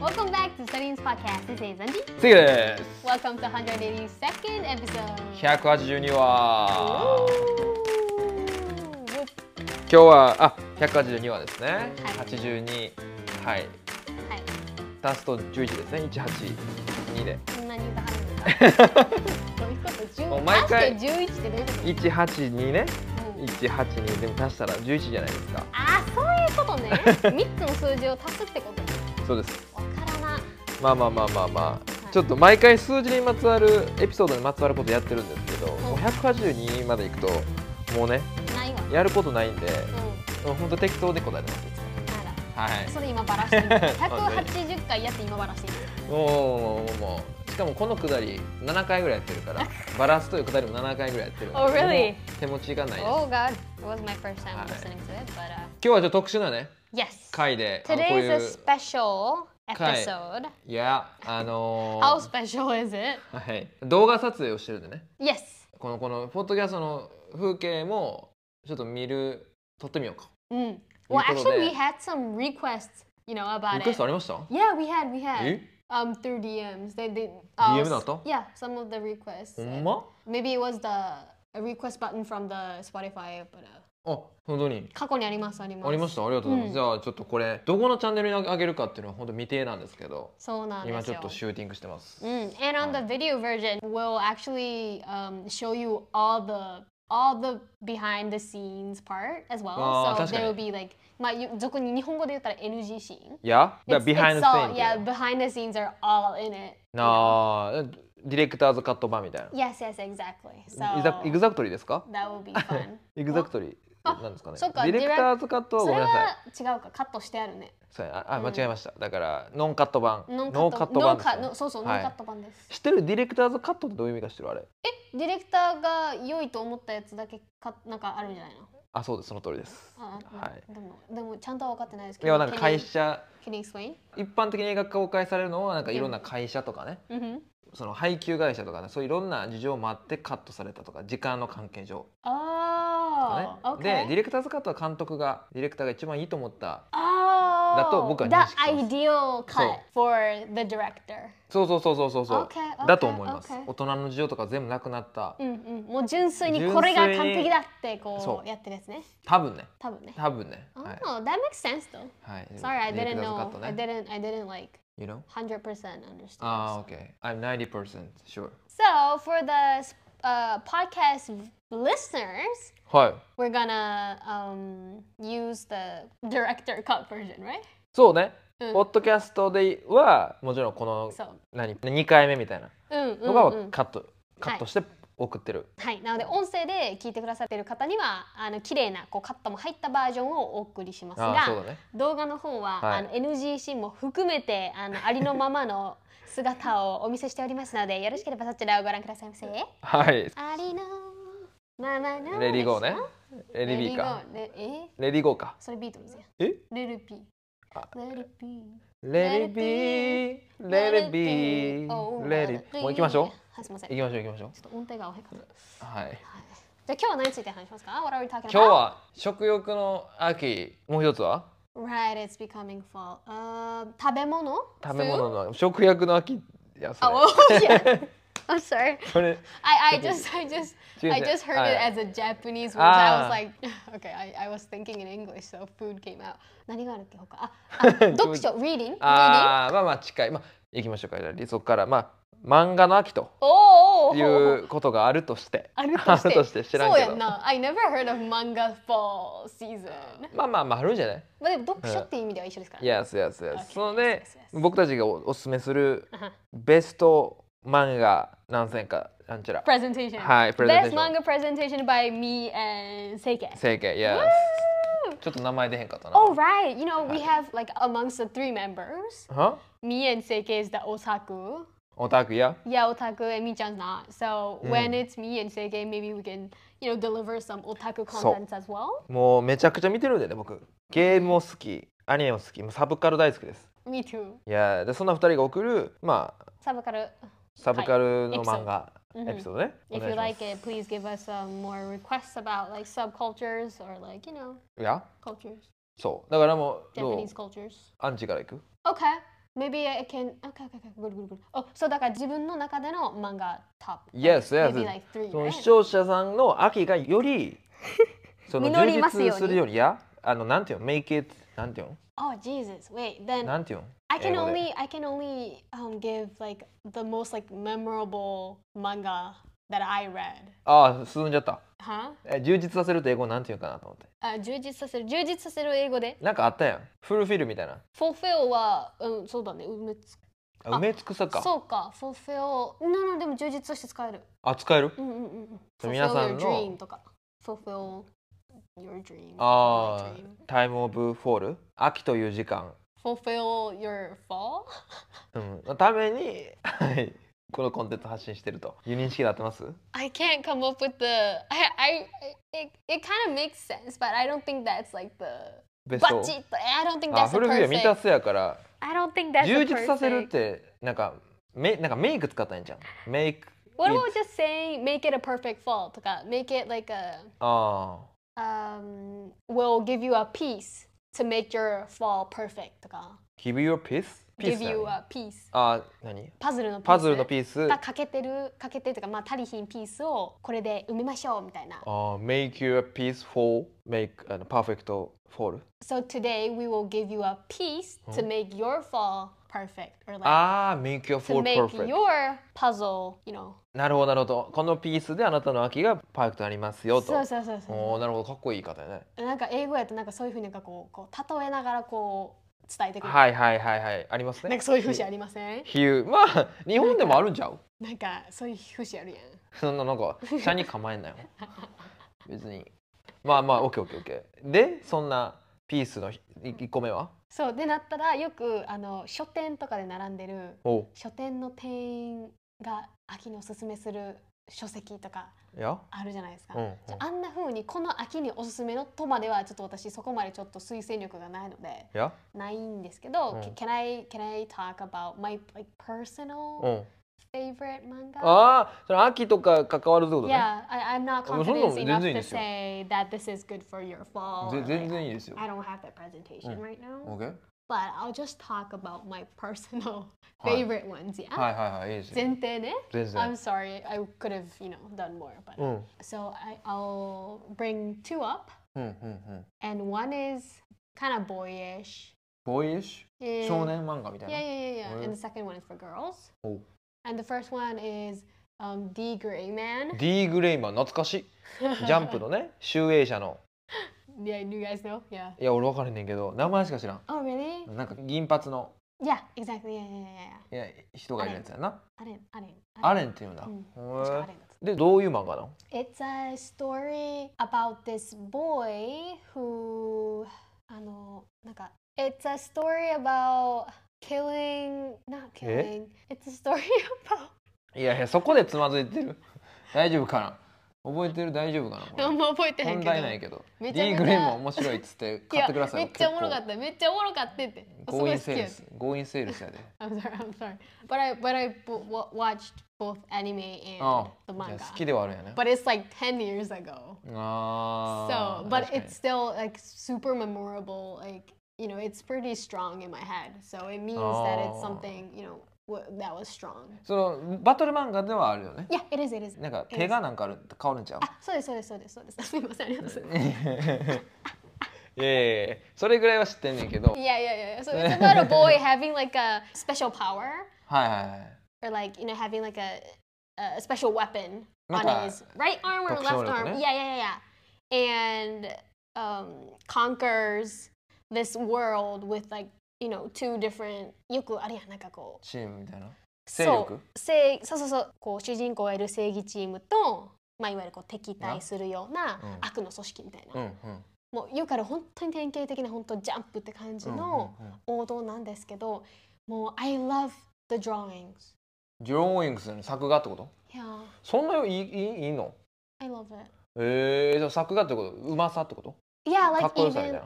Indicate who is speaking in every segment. Speaker 1: Welcome back to Studying's podcast. This is Andy.
Speaker 2: 次です
Speaker 1: Welcome to 182nd episode.
Speaker 2: 182話
Speaker 1: Ooh.
Speaker 2: 今日はあ182話ですね、
Speaker 1: は
Speaker 2: 82は
Speaker 1: は
Speaker 2: い
Speaker 1: い。
Speaker 2: 足すと11ですね182で
Speaker 1: そんなに歌わないのか。どういう こと？
Speaker 2: もう
Speaker 1: 十。
Speaker 2: 毎回
Speaker 1: 足して十一ってどういうこと？
Speaker 2: 182ね
Speaker 1: うん
Speaker 2: 182でも足したら11じゃないですか
Speaker 1: あ あ、そういうことね。三つの数字を足すってことね。
Speaker 2: そうです
Speaker 1: わからな。
Speaker 2: まあまあまあまあまあ、ちょっと毎回数字にまつわるエピソードにまつわることやってるんですけど、もう182までいくともうね
Speaker 1: ないわ。
Speaker 2: やることないんで
Speaker 1: う
Speaker 2: もうほんと適当で答えてます
Speaker 1: ん。なら。
Speaker 2: はい
Speaker 1: それ今バラ してる。百八十回やって今バラしてる。
Speaker 2: もうもうもうしかもこのくだり7回ぐらいやってるから バランスというくだりも7回ぐらいやってるんで
Speaker 1: Oh, really?
Speaker 2: もう手持ちがないです今
Speaker 1: Oh God, it was my first time
Speaker 2: Alright.
Speaker 1: listening to it, but uh,
Speaker 2: 日はじゃあ特殊なね
Speaker 1: yes.
Speaker 2: 回であのこう
Speaker 1: Today
Speaker 2: い
Speaker 1: is a
Speaker 2: う
Speaker 1: special episode.
Speaker 2: いやあの
Speaker 1: How special is it?
Speaker 2: ーはい、動画撮影をしてるんでね
Speaker 1: Yes.
Speaker 2: このこのポッドキャストの風景もちょっと見る撮ってみようか
Speaker 1: Mm. Well,
Speaker 2: thought of
Speaker 1: actually, we
Speaker 2: that.
Speaker 1: had some requests, you know, about
Speaker 2: リクエ
Speaker 1: it.
Speaker 2: ストありました
Speaker 1: Yeah, we had, we had.
Speaker 2: え
Speaker 1: Um, through DMs, they did. Uh,
Speaker 2: DM だった
Speaker 1: Yeah, some of the requests.
Speaker 2: ほん
Speaker 1: and
Speaker 2: ま
Speaker 1: Maybe it was the a request button from the Spotify, but uh,
Speaker 2: あ本当に
Speaker 1: 過去にありますあります。
Speaker 2: ありましたありがとうございます、
Speaker 1: うん
Speaker 2: じゃあちょっとこれどこのチャンネルにあげるかっていうのは本当未定なんですけど
Speaker 1: そうなんで
Speaker 2: 今
Speaker 1: す
Speaker 2: ちょっ
Speaker 1: よ
Speaker 2: と。シューティングしてます、
Speaker 1: Mm, and on the video version, we'll actually um, show you all the all the behind the scenes part as well. so
Speaker 2: あー Ah, 確かに
Speaker 1: there will be like, まあ、ゆ俗に日本語で言ったら NG シーン。
Speaker 2: いや、だ
Speaker 1: It's- it's
Speaker 2: behind the
Speaker 1: all-
Speaker 2: scene っていう
Speaker 1: Yeah, behind the scenes are all in it.
Speaker 2: なあ、ディレクターズカット版みたいな。
Speaker 1: Yes, yes, exactly.
Speaker 2: イザ
Speaker 1: So
Speaker 2: イグザクトリーですか？
Speaker 1: that will be fun.
Speaker 2: イグザクトリーなんですかね。
Speaker 1: そっか
Speaker 2: ディレクターズカットは
Speaker 1: そ
Speaker 2: ごめ
Speaker 1: れ
Speaker 2: んなさい
Speaker 1: は違うか、カットしてあるね。
Speaker 2: そうや。あ、あ間違えました。だからノンカット版、
Speaker 1: ノン
Speaker 2: ノーカット
Speaker 1: ノ
Speaker 2: 版で
Speaker 1: ーカ
Speaker 2: すね
Speaker 1: ノそうそう、ノ
Speaker 2: は
Speaker 1: ー
Speaker 2: い
Speaker 1: カット版です。
Speaker 2: 知ってるディレクターズカットってどういう意味か知ってるあれ？
Speaker 1: え、ディレクターが良いと思ったやつだけかなんかあるんじゃないの
Speaker 2: あ、そうです。その通りです。
Speaker 1: ああ
Speaker 2: はい
Speaker 1: でも、でもちゃんとは分かってないですけ
Speaker 2: い
Speaker 1: ど。
Speaker 2: やなんか
Speaker 1: Can you-
Speaker 2: 会社
Speaker 1: Can you explain?
Speaker 2: 一般的に映画公開されるのはなんかいろんな会社とかね、
Speaker 1: うん。
Speaker 2: その配給会社とかね、そういういろんな事情もあってカットされたとか時間の関係上とかね
Speaker 1: あ。あ、OK。
Speaker 2: でディレクターズカットは監督がディレクターが一番いいと思った。
Speaker 1: ああ。
Speaker 2: だと僕は
Speaker 1: The
Speaker 2: 認識してます
Speaker 1: ideal
Speaker 2: そう
Speaker 1: cut for the director。
Speaker 2: そうそうそうそうそうそう
Speaker 1: Okay, okay,
Speaker 2: だと思います、
Speaker 1: okay.
Speaker 2: 大人の事情とか全部なくなった、
Speaker 1: うんうん。もう純粋にこれが完璧だってこ
Speaker 2: そう
Speaker 1: うやってるやつね。
Speaker 2: 多分ね
Speaker 1: 多分ね。
Speaker 2: 多分ね、
Speaker 1: Oh,
Speaker 2: はい
Speaker 1: that makes sense though.
Speaker 2: はい
Speaker 1: Sorry, I
Speaker 2: ディレ
Speaker 1: didn't
Speaker 2: クター
Speaker 1: know.
Speaker 2: ズカット
Speaker 1: I
Speaker 2: ね
Speaker 1: didn't. I didn't like
Speaker 2: You know?
Speaker 1: 100% understand.
Speaker 2: ああ OK I'm 90% sure
Speaker 1: So for the uh, podcast listeners,
Speaker 2: はい
Speaker 1: we're gonna um, use the director cut version, right?
Speaker 2: そうね、
Speaker 1: うん
Speaker 2: ポッドキャストではもちろんこの
Speaker 1: そう。
Speaker 2: 何2回目みたいな
Speaker 1: うんうん、うん。
Speaker 2: のがカット、カットして送ってる、
Speaker 1: はい、なので音声で聞いてくださっている方にはあの綺麗なこうカットも入ったバージョンをお送りします
Speaker 2: ああそう
Speaker 1: が、
Speaker 2: だね
Speaker 1: 動画の方は、
Speaker 2: はい
Speaker 1: あの NG シーンも含めてあのありのままの姿をお見せしておりますのでよろしければそちらをご覧くださいませ。あ
Speaker 2: はい
Speaker 1: りのままの
Speaker 2: レディーゴーね
Speaker 1: レ
Speaker 2: レディ
Speaker 1: デ
Speaker 2: ビ
Speaker 1: ィ
Speaker 2: ー
Speaker 1: ー
Speaker 2: か
Speaker 1: ゴーレえ
Speaker 2: レディーゴーか
Speaker 1: それビートルズやん
Speaker 2: え
Speaker 1: レルピー
Speaker 2: あ
Speaker 1: レルピー
Speaker 2: レディビーレディビーレディもう行きましょう
Speaker 1: はいすみませんちょ
Speaker 2: 行きましょう行きましょ
Speaker 1: っと音程がおへんかった
Speaker 2: うはい
Speaker 1: はいじゃあ今日は何について話しますか What are we talking about?
Speaker 2: 今日は食欲の秋もう一つは
Speaker 1: Right, it's becoming fall. Uh, 食べ物
Speaker 2: 食べ物
Speaker 1: Food?
Speaker 2: の食欲の秋やそれ
Speaker 1: Oh, yeah. I'm sorry.
Speaker 2: それ
Speaker 1: I, I just, I just,
Speaker 2: Excuse
Speaker 1: I
Speaker 2: me.
Speaker 1: just heard it
Speaker 2: Ah.
Speaker 1: as a Japanese word. so I was
Speaker 2: Ah.
Speaker 1: like, okay, I, I was thinking in English, so food came out. 何があるっけ他 あ、あ読書、reading? reading?
Speaker 2: ああまあまあ近いまあ行きましょうかじゃあそこからまあ漫画の秋と
Speaker 1: おーお
Speaker 2: い
Speaker 1: ー おー
Speaker 2: うことがあるとして
Speaker 1: あるとして。
Speaker 2: 知らん
Speaker 1: そ
Speaker 2: け
Speaker 1: うや
Speaker 2: ど
Speaker 1: んな。I never heard of manga fall season.
Speaker 2: まあまあまああるんじゃない
Speaker 1: まあでも読
Speaker 2: Uh.
Speaker 1: 書っていう意味では一緒ですからね。
Speaker 2: Yes yes yes、
Speaker 1: Okay,
Speaker 2: そので
Speaker 1: yes, yes, yes.
Speaker 2: 僕たちがおおすすめする
Speaker 1: あは
Speaker 2: ベスト漫画何千かな んちゃら
Speaker 1: Presentation.
Speaker 2: はい
Speaker 1: Best
Speaker 2: プレゼンテーション
Speaker 1: manga presentation by me and Seike.
Speaker 2: 整形 Yes ちょっと名前出へんかったな
Speaker 1: Oh right, you know we have like amongst the three members,
Speaker 2: は
Speaker 1: me and Seike is the otaku.
Speaker 2: オタクや
Speaker 1: Yeah, otaku and Mi-chan's not. So
Speaker 2: Mm.
Speaker 1: when it's me and Seike, maybe we can you know deliver some otaku contents as well.
Speaker 2: もうめちゃくちゃ見てるんでね僕ゲームも好きアニメも好きもうサブカル大好きです
Speaker 1: Me too.
Speaker 2: いやーでそんな二人が送るまあ
Speaker 1: サブカル。
Speaker 2: サブカルの漫画、
Speaker 1: はい
Speaker 2: エピソードね。
Speaker 1: If
Speaker 2: お願
Speaker 1: you
Speaker 2: いし
Speaker 1: like it, please give us um, more requests about like subcultures or like you know
Speaker 2: ますいや、
Speaker 1: cultures,
Speaker 2: そう。だからもう、どう
Speaker 1: Japanese cultures.
Speaker 2: アンチからいく
Speaker 1: Okay. Maybe I can. Okay, okay, okay. Good, good, good. Oh, so だから自分の中での漫画 top.
Speaker 2: Yes, yes.
Speaker 1: Maybe like three,
Speaker 2: そ
Speaker 1: right?
Speaker 2: の視聴者さんの秋がよりその充
Speaker 3: 実りますように
Speaker 2: 実するよりやあのなんていうの make it なんていう
Speaker 1: Oh, Jesus. Wait,
Speaker 2: の
Speaker 1: then
Speaker 2: なんていうの
Speaker 1: I can
Speaker 2: 英語で
Speaker 1: only I can only um give like the most like memorable manga that I read.
Speaker 2: ああ進んじゃった
Speaker 1: Huh?
Speaker 2: え充実させると英語なんていうかなと思って
Speaker 1: あ充実させる充実させる英語で
Speaker 2: なんかあったやんフルフィルみたいな
Speaker 1: fulfill はうんそうだね埋めつ
Speaker 2: あ
Speaker 1: あ
Speaker 2: 埋め尽くさか
Speaker 1: そうか fulfill なのでも充実として使える
Speaker 2: あ使える
Speaker 1: うんうんうんうん
Speaker 2: そう皆さ
Speaker 1: fulfill your
Speaker 2: んの
Speaker 1: dream とか fulfill your dream
Speaker 2: あ
Speaker 1: my dream
Speaker 2: あタイムオブフォール秋という時間
Speaker 1: fulfill your fall
Speaker 2: うんのためにはいこのコンテンツ発信してるという認識で合ってます
Speaker 1: I can't come up with the I I it, it kind of makes sense but I don't think that's like the
Speaker 2: ベス
Speaker 1: バ
Speaker 2: ト
Speaker 1: チッと I don't think
Speaker 2: あ
Speaker 1: that's the
Speaker 2: フルフィルは満
Speaker 1: perfect
Speaker 2: たすやから
Speaker 3: I don't think that's
Speaker 2: 充
Speaker 3: a
Speaker 2: 実させるっ
Speaker 3: perfect.
Speaker 2: てなんかメなんかメイク使ったんじゃんメイク
Speaker 1: What
Speaker 2: it-
Speaker 1: about just saying make it a perfect fall とか make it like a
Speaker 2: あ
Speaker 1: um, will give you a piece to make your fall perfect とか
Speaker 2: あ give you a piece?
Speaker 1: give
Speaker 2: piece
Speaker 1: you
Speaker 2: なの
Speaker 1: a piece
Speaker 2: あ何
Speaker 1: パズルのピース
Speaker 2: パズルのピース
Speaker 1: が
Speaker 2: あ
Speaker 1: 欠けてる欠けてるとかまあ足りひんピースをこれで埋めましょうみたいな
Speaker 2: あ make you a piece for make あの perfect fall
Speaker 1: So today we will give you a piece to make your fall perfect or like
Speaker 2: ああ make your
Speaker 1: to
Speaker 2: fall
Speaker 1: make
Speaker 2: perfect
Speaker 1: your puzzle you know
Speaker 2: なるほどなるほどこのピースであなたの秋がパーフェクトになりますよと
Speaker 1: そうそうそうそう
Speaker 2: おーなるほどかっこいい言い方やね
Speaker 1: なんか英語やとなんかそういうふうになんかこうこう例えながらこう伝えてくる、
Speaker 2: はいはいはいはいありますね
Speaker 1: なんかそういう節ありません
Speaker 2: 比喩まあ日本でもあるんちゃう
Speaker 1: なんかそういう節あるやん
Speaker 2: そんななんか下に構えんなよ別にまあまあオッケーオッケーオッケーでそんなピースの1個目は
Speaker 1: そうでなったらよくあの書店とかで並んでる
Speaker 2: おう
Speaker 1: 書店の店員が秋におすすめする書籍とか
Speaker 2: いや
Speaker 1: あるじゃないですか、
Speaker 2: うんうん
Speaker 1: じゃああんな風にこの秋におすすめのとまではちょっと私そこまでちょっと推薦力がないので
Speaker 2: いや
Speaker 1: ないんですけど、
Speaker 2: うん
Speaker 1: can I can I talk about my like personal、
Speaker 2: うん
Speaker 1: favorite manga?
Speaker 2: ああそれ秋とか関わるってことね
Speaker 1: Yeah, I, I'm not
Speaker 2: あそんな
Speaker 1: confident
Speaker 2: の全
Speaker 1: enough
Speaker 2: 然いいで
Speaker 1: to
Speaker 2: す
Speaker 1: say that this
Speaker 2: よ
Speaker 1: is good for your fall.
Speaker 2: ぜ
Speaker 1: or
Speaker 2: 全
Speaker 1: like,
Speaker 2: 然いいですよ
Speaker 1: I don't have that presentation right now.
Speaker 2: OK
Speaker 1: But I'll just talk about my personal
Speaker 2: はい
Speaker 1: favorite ones, yeah?
Speaker 2: はいはいはいいいですよ
Speaker 1: 前提ね。
Speaker 2: 全然
Speaker 1: I'm sorry, I could have, you know, done more. But
Speaker 2: うんうん
Speaker 1: so I, I'll bring two up,
Speaker 2: うんうん
Speaker 1: and one is kind of boyish.
Speaker 2: ボーイッシ
Speaker 1: Yeah.
Speaker 2: ュ少年漫画みた
Speaker 1: Yeah,
Speaker 2: い
Speaker 1: yeah,
Speaker 2: な
Speaker 1: yeah, yeah.
Speaker 2: Oh, yeah.
Speaker 1: And the second one is for girls.
Speaker 2: おう
Speaker 1: And the first one is um, D Gray Man.
Speaker 2: D グレイマン懐かし いジャンプのね集英社の
Speaker 1: Yeah, you guys know? Yeah.
Speaker 2: いや俺分からへんねんけど名前しか知らん
Speaker 1: Oh, really?
Speaker 2: なんか銀髪の
Speaker 1: Yeah, exactly. Yeah, yeah, yeah, yeah.
Speaker 2: いや人がいるやつやな
Speaker 1: I didn't, I didn't.
Speaker 2: アレンっていうんだ、
Speaker 1: うん
Speaker 2: へーでどういう漫画なの
Speaker 1: It's a story about this boy who, あのなんか It's a story about killing, not
Speaker 2: Eh?
Speaker 1: killing. It's a story about.
Speaker 2: いやいやそこでつまずいてる 大丈夫かな覚えてる大丈夫かなこれ
Speaker 1: あんま覚えてへん
Speaker 2: 問
Speaker 1: けど。
Speaker 2: 題ないけど
Speaker 1: め
Speaker 2: D
Speaker 1: ちゃめちゃ
Speaker 2: グレイマン面白いっつって買ってくださ
Speaker 1: い
Speaker 2: い
Speaker 1: やめっちゃおもろか
Speaker 2: た
Speaker 1: った。めっちゃおもろかったって。す
Speaker 2: 強
Speaker 1: ごい
Speaker 2: 引
Speaker 1: 好き
Speaker 2: セー
Speaker 1: やっ
Speaker 2: ルス強引セールスやで
Speaker 1: た。I'm sorry, I'm sorry. But I, but I bo- wa- watched both anime
Speaker 2: あ
Speaker 1: and the
Speaker 2: あじゃ
Speaker 1: manga.
Speaker 2: あ好きではあるんやね
Speaker 1: But it's like 10 years ago.
Speaker 2: ああ
Speaker 1: so but it's still like super memorable like you know it's pretty strong in my head so it means that it's
Speaker 2: Oh.
Speaker 1: something you know w- that was strong
Speaker 2: そのバトル漫画ではあるよね
Speaker 1: yeah it is it is
Speaker 2: なんか手がなんかある変わるんちゃう
Speaker 1: ah, そうですそうですそうですそうですすみませんありがとうございます
Speaker 2: いやいやいやそれぐらいは知ってんねんけど
Speaker 1: yeah yeah yeah yeah. so it's about a boy having like a special power
Speaker 2: はいはいはい
Speaker 1: or like you know having like a a special weapon
Speaker 2: なんか
Speaker 1: on his right arm or
Speaker 2: 特殊能力
Speaker 1: left arm
Speaker 2: ね。
Speaker 1: yeah yeah yeah yeah and um conquers this world with like you know two different よくあれやんなんかこう
Speaker 2: チームみたいな勢
Speaker 1: そ
Speaker 2: 力
Speaker 1: う正そうそうそうこう主人公がいる正義チームと、まあ、いわゆるこう敵対するような
Speaker 2: うん
Speaker 1: 悪の組織みたいな、
Speaker 2: うんうん
Speaker 1: もう言うから本当に典型的な本当ジャンプって感じ
Speaker 2: うんうん
Speaker 1: の
Speaker 2: うん
Speaker 1: 王道なんですけど、もう「I love the drawings
Speaker 2: ジョーイングスの作画ってこと」
Speaker 1: yeah
Speaker 2: そんなよいいいいいいの
Speaker 1: I love it
Speaker 2: えー、じゃあ作画ってことうまさってこと
Speaker 1: yeah
Speaker 2: か
Speaker 1: like
Speaker 2: っこ
Speaker 1: even
Speaker 2: よさみたいな
Speaker 1: yeah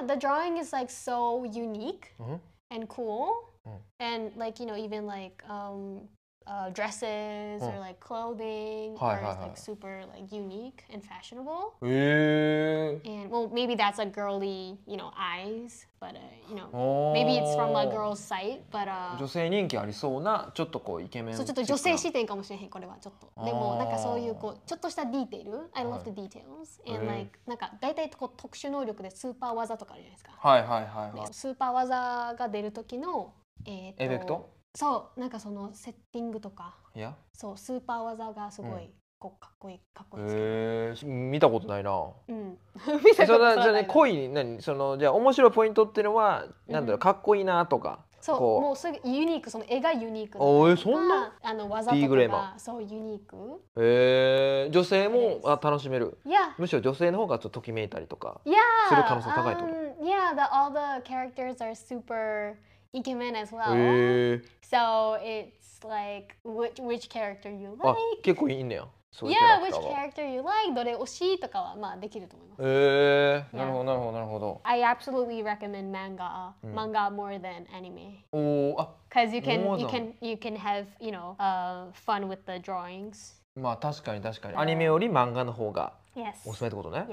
Speaker 1: yeah yeah the drawing is like so unique
Speaker 2: うん
Speaker 1: and cool
Speaker 2: うん
Speaker 1: and like you know even like um uh, dresses or
Speaker 2: うん。
Speaker 1: like clothing or
Speaker 2: はいはいはい。
Speaker 1: is like super like unique and fashionable.
Speaker 2: え
Speaker 1: And well, maybe that's like girly, you know, eyes, but uh, you
Speaker 2: ー
Speaker 1: know,
Speaker 2: おー
Speaker 1: maybe it's from
Speaker 2: Oh.
Speaker 1: a girl's sight, but uh,
Speaker 2: 女性人気ありそうなちょっとこうイケメン
Speaker 1: そうちょっと女性視点かもしれへんこれはちょっとでも
Speaker 2: あー
Speaker 1: なんかそういうこうちょっとしたディテール I
Speaker 2: は
Speaker 1: love
Speaker 2: い
Speaker 1: the details and
Speaker 2: へー
Speaker 1: like なんか大体こう特殊能力でスーパー技とかあるじゃないですか
Speaker 2: はいはいはいはい
Speaker 1: でスーパー技が出る時のえーと
Speaker 2: エフェクト
Speaker 1: そうなんかそのセッティングとか
Speaker 2: いや
Speaker 1: そうスーパー技がすごいこうかっこいいかっこいいんですよ
Speaker 2: えー、見たことな いな
Speaker 1: うん 見た
Speaker 2: そ
Speaker 1: こと
Speaker 2: れ
Speaker 1: な
Speaker 2: はいじゃあね濃い何そのじゃあ面白いポイントっていうのはなんだろうかっこいいなとか
Speaker 1: そう
Speaker 2: こう
Speaker 1: もうすぐユニークその絵がユニーク
Speaker 2: おーえ
Speaker 1: とか
Speaker 2: そんな
Speaker 1: あの技
Speaker 2: B
Speaker 1: と
Speaker 2: グ
Speaker 1: か
Speaker 2: レーマ
Speaker 1: がそうユニーク
Speaker 2: えー、女性も
Speaker 1: です
Speaker 2: あ楽しめる
Speaker 1: いや
Speaker 2: むしろ女性の方がちょっとときめいたりとか
Speaker 1: Yeah.
Speaker 2: する可能性高いってこと
Speaker 1: um, yeah, the, all the characters are super Ikemen as
Speaker 2: へ
Speaker 1: well.
Speaker 2: え
Speaker 1: So it's like which which character you
Speaker 2: あ
Speaker 1: like.
Speaker 2: 結構いいねやそういうキャ
Speaker 1: Yeah,
Speaker 2: ラク
Speaker 1: which
Speaker 2: ターが
Speaker 1: character you like. どれ推しとかはまあできると思います。
Speaker 2: えー、
Speaker 1: Yeah.
Speaker 2: なるほどなるほどなるほど
Speaker 1: I absolutely recommend manga,
Speaker 2: Mm.
Speaker 1: manga more than anime,
Speaker 2: おおあ
Speaker 1: because you can
Speaker 2: More
Speaker 1: you can
Speaker 2: than-
Speaker 1: you can have you know uh fun with the drawings.
Speaker 2: まあ確かに確かにアニメより漫画の方が
Speaker 1: Yes.
Speaker 2: おすすめってことね
Speaker 1: Yes.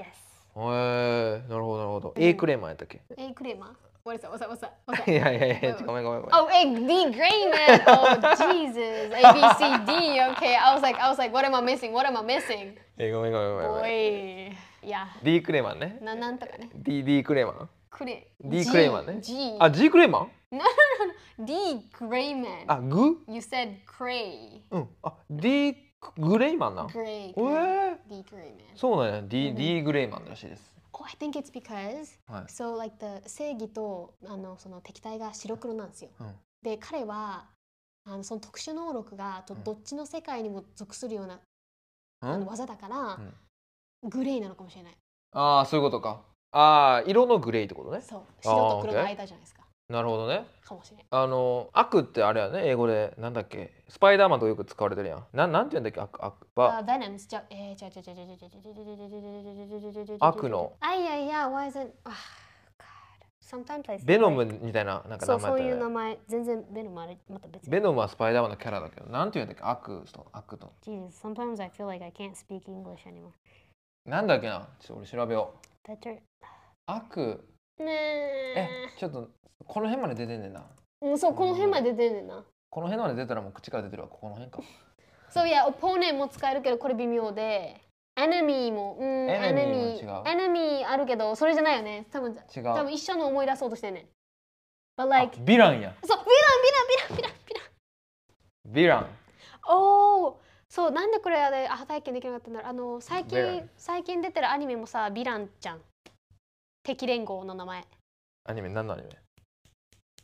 Speaker 2: へえー、なるほどなるほど A クレーマーやったっけ
Speaker 1: え、クレーマー What is that? What's that? What's that? What's
Speaker 2: い
Speaker 1: that?
Speaker 2: やいやいやごめんごめんごめん
Speaker 1: Oh, egg D Grayman. Oh, Jesus. A B C D. Okay, I was like, I was like, what am I missing? What am I missing?
Speaker 2: えごめんごめんごめんごめん
Speaker 1: Boy, yeah.
Speaker 2: D クレーマーね
Speaker 1: ななんとかね。
Speaker 2: D, D クレーマー
Speaker 1: クレ。
Speaker 2: D クレーマーね
Speaker 1: G。
Speaker 2: あ G クレーマー
Speaker 1: D Grayman.
Speaker 2: あグ
Speaker 1: You said Gray.
Speaker 2: うんあ D グレイマンなん
Speaker 1: Gray.
Speaker 2: えー
Speaker 1: D Grayman.
Speaker 2: そうなんや D,、D グレイマンらしいです。
Speaker 1: Oh, I think it's because.
Speaker 2: はい
Speaker 1: So like the 正義とあのその敵対が白黒なんですよ。
Speaker 2: うん
Speaker 1: で彼はあのその特殊能力がと
Speaker 2: うん
Speaker 1: どっちの世界にも属するような、
Speaker 2: う
Speaker 1: あの
Speaker 2: ん、
Speaker 1: 技だから、グレーなのかもしれない。
Speaker 2: ああそういうことか。ああ色のグレイってことね。
Speaker 1: そう
Speaker 2: あー
Speaker 1: 白と黒の
Speaker 2: OK
Speaker 1: 間じゃないですか。
Speaker 2: なるほどね。
Speaker 1: かもしれない。
Speaker 2: あの悪ってあれやね英語でなんだっけスパイダーマンとかよく使われてるやん。なんなんて言うんだっけ悪悪
Speaker 1: あ、
Speaker 2: バ
Speaker 1: uh, Venom's じゃえー、じゃじゃじゃじゃじゃじゃじゃじゃじゃじゃじゃじゃ
Speaker 2: 悪の。
Speaker 1: あいやいや、why is it? Ah, God. Sometimes I.
Speaker 2: ベノムみたいななんか
Speaker 1: そ
Speaker 2: 名
Speaker 1: うそう
Speaker 2: 前
Speaker 1: い
Speaker 2: や
Speaker 1: う
Speaker 2: った
Speaker 1: 名
Speaker 2: ね。
Speaker 1: 前全然ベノムあれまた別に。
Speaker 2: ベノムはスパイダーマンのキャラだけどなんて言うんだっけ悪と悪と。
Speaker 1: Jesus, sometimes I feel like I can't speak English anymore.
Speaker 2: なんだっけなちょっと俺調べよう。
Speaker 1: Better.
Speaker 2: 悪え
Speaker 1: ね
Speaker 2: ちょっとこの辺まで出てんねんな。
Speaker 1: え。うんそうこの辺まで出てんねんな。
Speaker 2: この辺まで出たらもう口から出てるわここの辺か。
Speaker 1: そういや、opponent も使えるけどこれ微妙で。enemy も、うん、
Speaker 2: enemy も
Speaker 1: enemy
Speaker 2: 違う
Speaker 1: enemy あるけどそれじゃないよね。多分
Speaker 2: 違う。
Speaker 1: 多分一緒の思い出そうとしてんねん。But
Speaker 2: あ
Speaker 1: like
Speaker 2: ヴィランや。
Speaker 1: そう、ヴィラン、ヴィラン、ヴィラン、ヴィラン、ヴィラン。
Speaker 2: ヴィラン。
Speaker 1: おお、そう、なんでこれあれ、あ、体験できなかったんだろう。あの、最
Speaker 2: ヴィラ
Speaker 1: 近、最近出てるアニメもさ、ヴィランちゃん。敵連合の名前。
Speaker 2: アニメ何のアニメ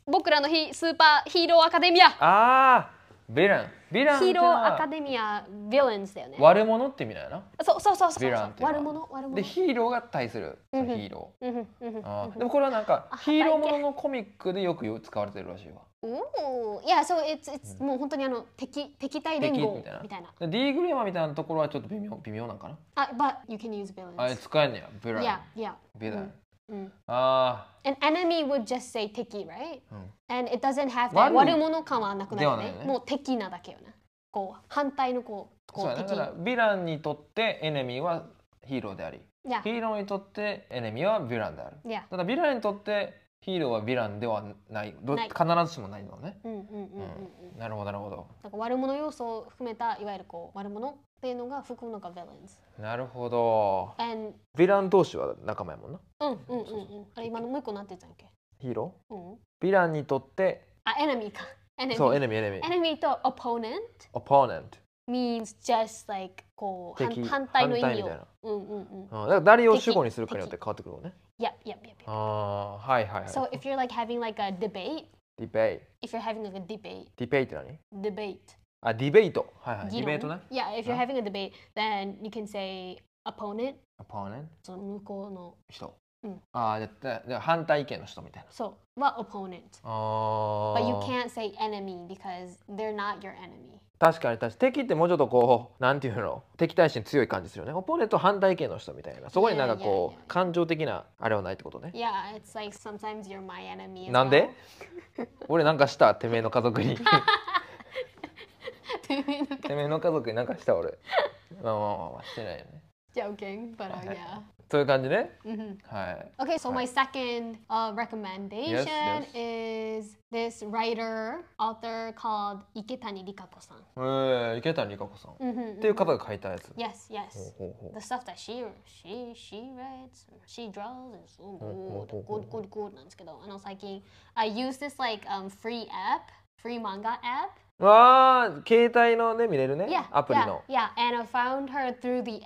Speaker 1: 僕らのヒスーパーヒーローアカデミア。
Speaker 2: ああヴィランヴィランっ
Speaker 1: ヒ
Speaker 2: て
Speaker 1: ー
Speaker 2: の
Speaker 1: ローアカ
Speaker 2: は
Speaker 1: デミア、ヴィランズだよね。
Speaker 2: 悪者って意味だよな
Speaker 1: そうそうそうそう
Speaker 2: ヴィラン
Speaker 1: そ
Speaker 2: っ
Speaker 1: う。
Speaker 2: て
Speaker 1: 悪
Speaker 2: いうのは
Speaker 1: 者、悪者
Speaker 2: で。ヒーローが対する
Speaker 1: う
Speaker 2: ヒ
Speaker 1: んうん
Speaker 2: ーロ
Speaker 1: うんうんうんうん
Speaker 2: ーあーでもこれはなんか
Speaker 1: あ
Speaker 2: ヒーローもののコミックでよく使われてるらしいわ
Speaker 1: おお、いや、そう、it's it's もう本当にあの敵敵対連合
Speaker 2: 敵みたいな
Speaker 1: みたいな。
Speaker 2: で D グレーマーみたいなところはちょっと微妙微妙なんかな
Speaker 1: あ、but you can use
Speaker 2: あれ
Speaker 1: villains.
Speaker 2: 使えんねやヴィラ
Speaker 1: Yeah,
Speaker 2: ン
Speaker 1: yeah.
Speaker 2: ヴィラ
Speaker 1: う
Speaker 2: ン
Speaker 1: んうん。
Speaker 2: あ
Speaker 1: An enemy would just say 敵 right?
Speaker 2: あうん
Speaker 1: And it doesn't have that
Speaker 2: 悪い
Speaker 1: 悪者感はなくなるよ
Speaker 2: ではな
Speaker 1: ね
Speaker 2: いよね
Speaker 1: もう敵なだけよねこう反対のこう
Speaker 2: そ
Speaker 1: こ
Speaker 2: うや
Speaker 1: う
Speaker 2: ね
Speaker 1: 敵
Speaker 2: だからヴィランにとってエネミーはヒーローであり
Speaker 1: いや
Speaker 2: ヒーローにとってエネミーはヴィランである
Speaker 1: いや
Speaker 2: ただヴィランにとってヒーローはヴィランではないど
Speaker 1: ない
Speaker 2: 必ずしもないのね
Speaker 1: うんうんうんうんうん
Speaker 2: うんなるほどなるほど
Speaker 1: なんか悪者要素を含めたいわゆるこう悪者っていうのが含むのが villains
Speaker 2: なるほど。
Speaker 1: and
Speaker 2: ヴィラン同士は仲間やもんな。
Speaker 1: うんうんうんうんあれ今のもう一個なんて言ったんやっけ
Speaker 2: ヒーロ
Speaker 1: うん
Speaker 2: ー。ヴィランにとって、
Speaker 1: あ enemy か enemy
Speaker 2: そう、エネミー、エネミー。
Speaker 1: enemy と opponent
Speaker 2: オポーネン
Speaker 1: means just like こう
Speaker 2: ト。
Speaker 1: 反
Speaker 2: 敵。
Speaker 1: 反対の意
Speaker 2: 反
Speaker 1: 味
Speaker 2: み
Speaker 1: を
Speaker 2: たいな。
Speaker 1: うんうんうん
Speaker 2: うん、だから誰を主語にするかによって変わってくるのね。
Speaker 1: yeah yeah yeah, yeah.
Speaker 2: ああー、はいはいはい。
Speaker 1: so if you're like having like a debate
Speaker 2: ディベイ。
Speaker 1: if you're having like a debate
Speaker 2: ディベイって何
Speaker 1: debate
Speaker 2: あ、ディベイト。はいはい。ディベイト
Speaker 1: 議論。
Speaker 2: ね。
Speaker 1: Yeah, if you're
Speaker 2: うん。
Speaker 1: having a debate, then you can say opponent.
Speaker 2: オポーネント。
Speaker 1: その向こうの
Speaker 2: 人。
Speaker 1: うん
Speaker 2: ああ、じゃあじゃあ反対意見の人みたいな。
Speaker 1: そうは opponent.
Speaker 2: あ
Speaker 1: But you
Speaker 2: あ。
Speaker 1: can't say enemy because they're not your enemy.
Speaker 2: 確かに確かに敵ってもうちょっとこうなんていうの敵対心強い感じするよねオポーネント反対意見の人みたいなそこになんか
Speaker 1: いやいやいや
Speaker 2: こ
Speaker 1: いうや
Speaker 2: 感情的なあれはないってことね
Speaker 1: Yeah, it's like sometimes you're my enemy. as
Speaker 2: なんで俺なんかしたてめえの家族に
Speaker 1: well. てめえの
Speaker 2: てめえの家族になんかした俺まあまあまあまあしてないよね
Speaker 1: joking, but uh,
Speaker 2: Okay.
Speaker 1: yeah.
Speaker 2: そういう感じね
Speaker 1: Mhm.
Speaker 2: はい
Speaker 1: Okay, so my
Speaker 2: Right.
Speaker 1: second uh, recommendation
Speaker 2: yes.
Speaker 1: is this writer, author called Iketani Rikako-san.
Speaker 2: えー、池谷理香子さんっ
Speaker 1: Mhm,
Speaker 2: ていう
Speaker 1: mhm.
Speaker 2: 方が書いたやつ
Speaker 1: Yes, yes.
Speaker 2: ほうほうほう
Speaker 1: The stuff that she she she writes, she draws is so
Speaker 2: Oh, ほうほうほうほう
Speaker 1: good, good, good,
Speaker 2: oh.
Speaker 1: good なんですけど、あの最近 I use this like um free app, free manga app.
Speaker 2: わあ携帯のね見れるね
Speaker 1: Yeah,
Speaker 2: アプリの、
Speaker 1: Yeah, yeah, and I found her through the app.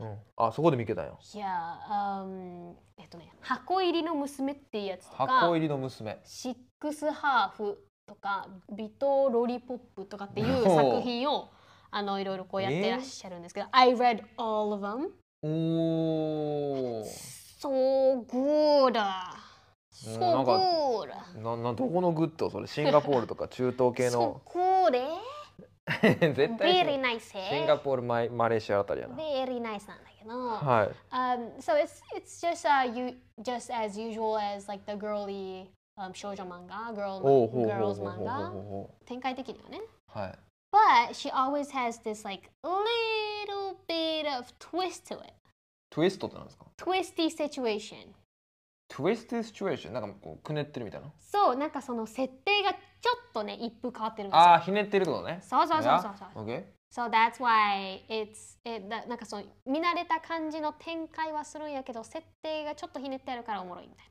Speaker 2: うん、あそこで見つけたんよ
Speaker 1: Yeah, um, えっとね、箱入りの娘っていうやつとか。
Speaker 2: 箱入りの娘
Speaker 1: シックスハーフとかビトロリポップとかっていう
Speaker 2: お
Speaker 1: 作品をあのいろいろこうやってらっしゃるんですけど、I read all of them
Speaker 2: おお
Speaker 1: so good
Speaker 2: うん
Speaker 1: so
Speaker 2: なんか
Speaker 1: good
Speaker 2: ななどこのグッドそれシンガポールとか中東系
Speaker 1: so
Speaker 2: の
Speaker 1: good
Speaker 2: 絶対
Speaker 1: very nice
Speaker 2: シンガポールマイマレーシアあたりやな
Speaker 1: very nice なんだけど、
Speaker 2: はい
Speaker 1: Um, so it's it's just uh you just as usual as like the girly um, 少女漫画 girl
Speaker 2: おうほうほう
Speaker 1: girls
Speaker 2: ほうほうほう
Speaker 1: manga
Speaker 2: ほ
Speaker 1: 展開的にはね
Speaker 2: うはい
Speaker 1: But she always has this like little bit of twist to it.
Speaker 2: トゥイストってなんですか
Speaker 1: Twisty situation.
Speaker 2: トゥイストシチュエーションなんかこうくねってるみたいな
Speaker 1: そう、なんかその設定がちょっとね、一風変わってるんですよ。
Speaker 2: ああひねってるってことね
Speaker 1: そうそうそうそうそう。
Speaker 2: う OK
Speaker 1: So that's why it's it, だなんかその見慣れた感じの展開はするんやけど、設定がちょっとひねってあるからおもろいみたい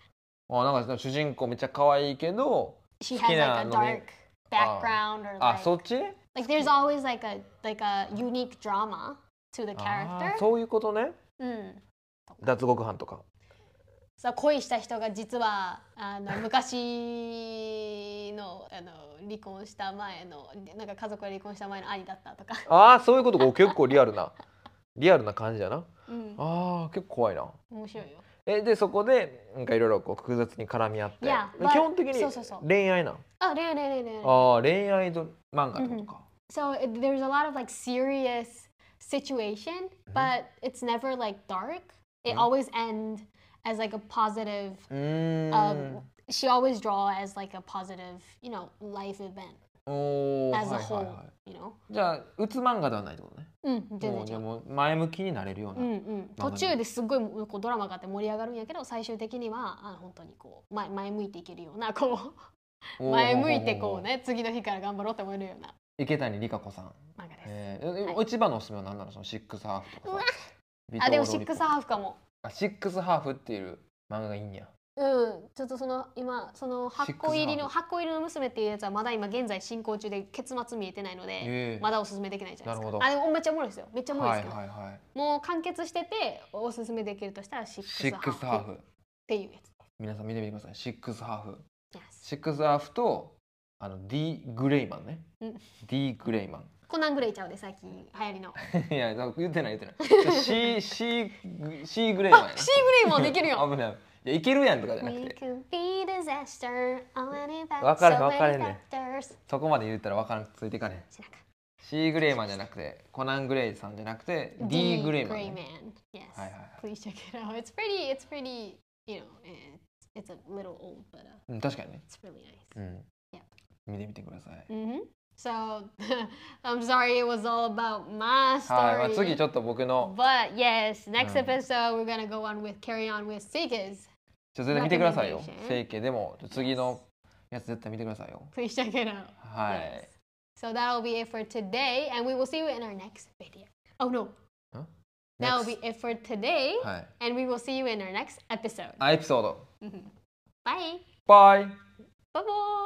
Speaker 1: な。
Speaker 2: あーなんか主人公めっちゃ可愛いけど
Speaker 1: She
Speaker 2: 好き
Speaker 1: has
Speaker 2: な
Speaker 1: like a
Speaker 2: のに
Speaker 1: dark background or
Speaker 2: あ
Speaker 1: like,
Speaker 2: そっちね
Speaker 1: like there's always like a like a unique drama to
Speaker 2: Ah,
Speaker 1: the
Speaker 2: あー
Speaker 1: character.
Speaker 2: そういうことね
Speaker 1: うん。
Speaker 2: 脱獄犯とか
Speaker 1: さあ恋した人が実はあの昔のあの離婚した前のなんか家族が離婚した前の兄だったとか、
Speaker 2: ああそういうことこう結構リアルなリアルな感じやな
Speaker 1: うん、
Speaker 2: あー結構怖いな
Speaker 1: 面白いよ。
Speaker 2: えでそこでなんかいろいろこう複雑に絡み合って、
Speaker 1: いや
Speaker 2: 基本的
Speaker 1: そうそうそ
Speaker 2: に
Speaker 1: う
Speaker 2: 恋愛なん
Speaker 1: あ、ねえねえねえねえ。
Speaker 2: ああ恋愛と漫画ってことか、
Speaker 1: So it- there's a lot of like serious situation, but it's never like dark. It always end as like a positive.
Speaker 2: うーん
Speaker 1: Um, she always draw as like a positive, you know, life event
Speaker 2: おー
Speaker 1: as a
Speaker 2: はいはい
Speaker 1: whole.
Speaker 2: はい
Speaker 1: You know.
Speaker 2: じゃあ鬱漫画ではないってことね
Speaker 1: うん、全
Speaker 2: も
Speaker 1: 然
Speaker 2: う
Speaker 1: 違
Speaker 2: で
Speaker 1: う。
Speaker 2: も前向きになれるよ
Speaker 1: う
Speaker 2: うな、
Speaker 1: んうん、
Speaker 2: まあ
Speaker 1: 途中ですごいこうドラマがあって盛り上がるんやけど最終的にはあの本当にこう前前向いていけるようなこ う
Speaker 2: おー
Speaker 1: 前向いてこうね次の日から頑張ろうって思えるような
Speaker 2: 池谷理香子さん、
Speaker 1: 漫画です。
Speaker 2: えーえ
Speaker 1: はい
Speaker 2: 落ち葉のおすすめは何なのそのシックスハーフとかさビト
Speaker 1: あ
Speaker 2: ロ
Speaker 1: で
Speaker 2: ロ
Speaker 1: もシッ
Speaker 2: リポ
Speaker 1: クスハーフかも。
Speaker 2: あシックスハーフっていう漫画がいいんや
Speaker 1: うん、ちょっとその今その
Speaker 2: シックスハーフ
Speaker 1: 箱入りの箱入りの娘っていうやつはまだ今現在進行中で結末見えてないの
Speaker 2: え
Speaker 1: で
Speaker 2: え
Speaker 1: まだおすすめできないじゃないです
Speaker 2: なるほ
Speaker 1: か。
Speaker 2: ど
Speaker 1: あでもめっちゃおもろいですよ。めっちゃおもろいで
Speaker 2: は
Speaker 1: す
Speaker 2: い
Speaker 1: けど、
Speaker 2: はいはい
Speaker 1: もう完結してておすすめできるとしたらシ
Speaker 2: シ
Speaker 1: ッ
Speaker 2: ック
Speaker 1: クス
Speaker 2: ス
Speaker 1: ハ
Speaker 2: ハ
Speaker 1: ー
Speaker 2: ー
Speaker 1: フっ
Speaker 2: フ
Speaker 1: ていうや
Speaker 2: 皆さん見てみてくださいシックスハーフ
Speaker 1: つ。Yes
Speaker 2: シックスハーフとあの D グレイマンね、
Speaker 1: うん
Speaker 2: D グレイマン
Speaker 1: コナングレイちゃうで最近流行りの。
Speaker 2: いやなんか言ってない言 ってない C, C, C グレイマンやな
Speaker 1: シーブレイもできるよ。
Speaker 2: 危ないいやいけるやんとかじゃなく
Speaker 1: We
Speaker 2: て
Speaker 1: could be disaster on any back
Speaker 2: わかる
Speaker 1: so
Speaker 2: わかる
Speaker 1: many
Speaker 2: ね
Speaker 1: factors.
Speaker 2: そこまで言ったらわからんついていかね
Speaker 1: しなかっ
Speaker 2: ん C グレイマンじゃなくてコナングレイさんじゃなくて
Speaker 1: た
Speaker 2: D グレイマンね、
Speaker 1: Yes.
Speaker 2: はいはいはい
Speaker 1: Please check it out. It's pretty. It's pretty. You know, it's, it's a little old, but uh,
Speaker 2: うん確かにね
Speaker 1: it's really nice.
Speaker 2: うん、
Speaker 1: Yep.
Speaker 2: 見てみてください
Speaker 1: Mm-hmm. So I'm sorry it was all about my
Speaker 2: はい、まあ、次
Speaker 1: story.
Speaker 2: ちょっと僕の
Speaker 1: But yes, next
Speaker 2: うん
Speaker 1: episode we're gonna go on with carry on with Seekers.
Speaker 2: ちょっと絶対見てくださいよ
Speaker 1: Recommendation
Speaker 2: 整形でも次のやつ絶対見てくださいよ
Speaker 1: Please check it out.
Speaker 2: はい、
Speaker 1: Yes. So that'll be it for today, and we will see you in our next video. Oh no, that'll be
Speaker 2: Next
Speaker 1: it for today,
Speaker 2: はい、
Speaker 1: and we will see you in our next episode.
Speaker 2: あエピソード
Speaker 1: Bye.
Speaker 2: バイ
Speaker 1: Bye bye.